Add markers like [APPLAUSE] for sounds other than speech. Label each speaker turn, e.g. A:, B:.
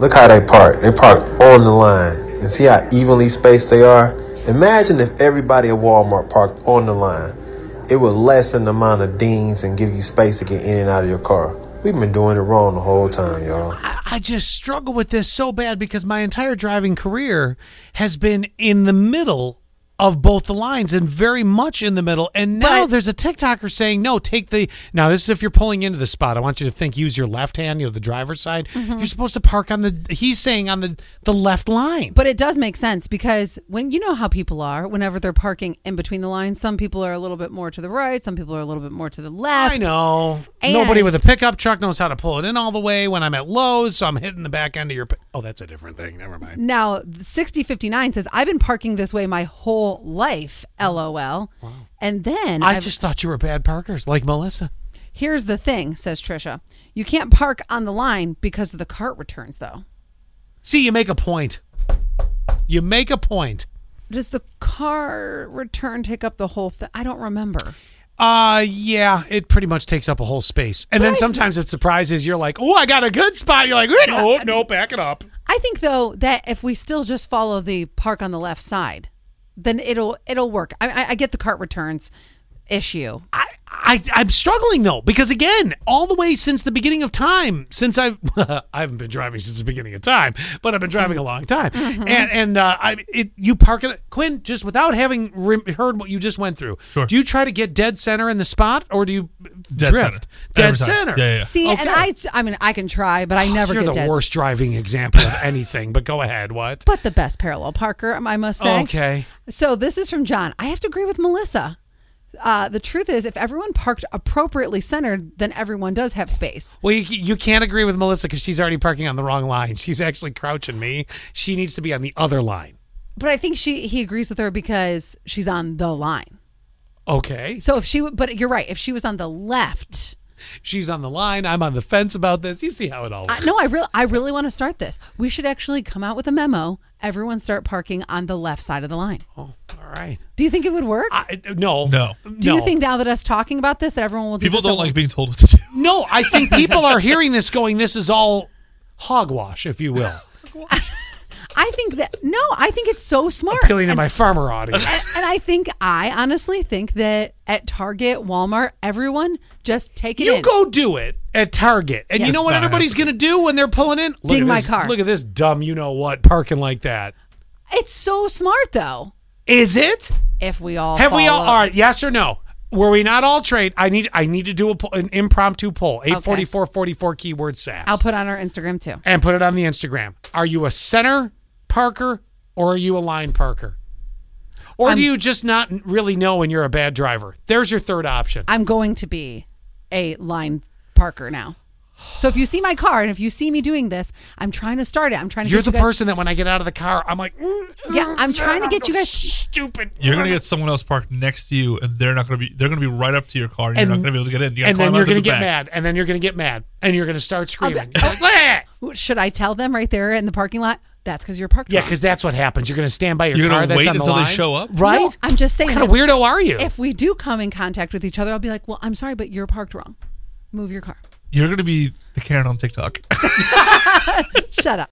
A: Look how they park. They park on the line. And see how evenly spaced they are? Imagine if everybody at Walmart parked on the line. It would lessen the amount of dings and give you space to get in and out of your car. We've been doing it wrong the whole time, y'all.
B: I, I just struggle with this so bad because my entire driving career has been in the middle of both the lines and very much in the middle. And now
C: But-
B: there's a TikToker saying, no, take the. Now, this is if you're pulling into the spot. I want you to think, use your left hand, you know, the driver's side.
C: Mm-hmm.
B: You're supposed to park on the. He's saying on the, the left line.
C: But it does make sense because when you know how people are, whenever they're parking in between the lines, some people are a little bit more to the right, some people are a little bit more to the left.
B: I know.
C: And-
B: Nobody with a pickup truck knows how to pull it in all the way when I'm at Lowe's, so I'm hitting the back end of your. pi- Oh, that's a different thing. Never mind.
C: Now, 6059 says, I've been parking this way my whole life, lol. And then
B: Mm. I
C: I've-
B: just thought you were bad parkers, like Melissa.
C: here's the thing, says Trisha. You can't park on the line because of the cart returns, though.
B: See, you make a point. You make a point.
C: Does the car return take up the whole thing? I don't remember.
B: Uh yeah, it pretty much takes up a whole space. And then sometimes it surprises you're like, "Oh, I got a good spot." You're like, [LAUGHS] "Wait, "No, no, back it up."
C: I think though that if we still just follow the park on the left side, then it'll it'll work. I, I, I get the cart returns issue.
B: I, I I'm struggling though because again, all the way since the beginning of time, since I've [LAUGHS] I haven't been driving since the beginning of time, but I've been driving a long time, and and uh, I it you park it Quinn just without having re- heard what you just went through.
D: Sure.
B: Do you try to get dead center in the spot or do you
D: Dead
B: drift?
D: center.
B: Dead
D: Every time.
B: center.
D: Yeah, yeah, yeah.
C: See, and I I mean I can try, but I never
B: Oh, You're
C: get
B: the
C: dead.
B: worst driving example of anything. but go ahead.
C: [LAUGHS]
B: What?
C: But the best parallel parker, um, I must say.
B: Okay.
C: So this is from John. I have to agree with Melissa. Uh, the truth is, if everyone parked appropriately centered, then everyone does have space.
B: Well, you, you can't agree with Melissa because she's already parking on the wrong line. She's actually crouching me. She needs to be on the other line.
C: But I think she he agrees with her because she's on the line.
B: Okay.
C: So if she, w- but you're right. If she was on the left,
B: She's on the line. I'm on the fence about this. You see how it all
C: I, no, I really, I really want to start this. We should actually come out with a memo. Everyone start parking on the left side of the line.
B: Oh, all right.
C: Do you think it would work?
B: I, uh, no.
D: No.
C: do you
B: No.
C: think now that us talking about this, that everyone will do
D: People
C: this at
D: don't
C: one-
D: like being told what to do. [LAUGHS]
B: No, I think people are hearing this going, this is all hogwash, if you
C: [LAUGHS]
B: will.
C: I think that no, I think it's so smart.
B: Appealing to
C: and,
B: my farmer audience.
C: and I think I honestly think that at Target, Walmart, everyone just take it
B: You
C: in.
B: go do it at Target. And you
C: Yes.
B: know what
D: Not
B: everybody's going to do when they're pulling in? Look
C: Ding
B: at
C: my
B: this-
C: car.
B: Look at this dumb, you know what, parking like that.
C: it's so smart though.
B: Is it?
C: If we all
B: Have we all?
C: follow-
B: All right. Yes or no? Were we not all trained? I need. I need to do a, po- an impromptu poll. Eight forty four forty four keyword sass.
C: I'll put on our Instagram too.
B: and put it on the Instagram. Are you a center Parker or are you a line Parker? Or do you just not really know when you're a bad driver? There's your third option.
C: I'm going to be a line parker now. So if you see my car and if you see me doing this, I'm trying to start it. I'm trying to
B: You're
C: get you
B: the
C: guys-
B: person that when I get out of the car, I'm like, mm,
C: Yeah, I'm
B: sir,
C: trying to get
B: go
C: you guys-
B: stupid.
D: You're gonna get someone else parked next to you, and they're not gonna be. They're gonna be right up to your car, and, you're not gonna be able to get in. You gotta
B: and then
D: climb out
B: you're
D: through
B: gonna
D: the
B: get
D: back.
B: mad, and then you're gonna get mad, and you're gonna start screaming. You're like, "Bleh!"
C: Should I tell them right there in the parking lot? That's because you're
B: [LAUGHS]
C: parked.
B: yeah,
C: wrong."
B: because that's what happens. You're gonna stand by your
D: You're
B: car.
D: gonna
B: that's
D: wait
B: on the
D: until they
B: line.
D: show up?
B: right?
C: No, I'm just saying.
B: What kind of
C: if-
B: weirdo are you?
C: If we do come in contact with each other, I'll be like, "Well, I'm sorry, but you're parked wrong. Move your car.
D: You're gonna be the Karen on TikTok.
C: Shut up."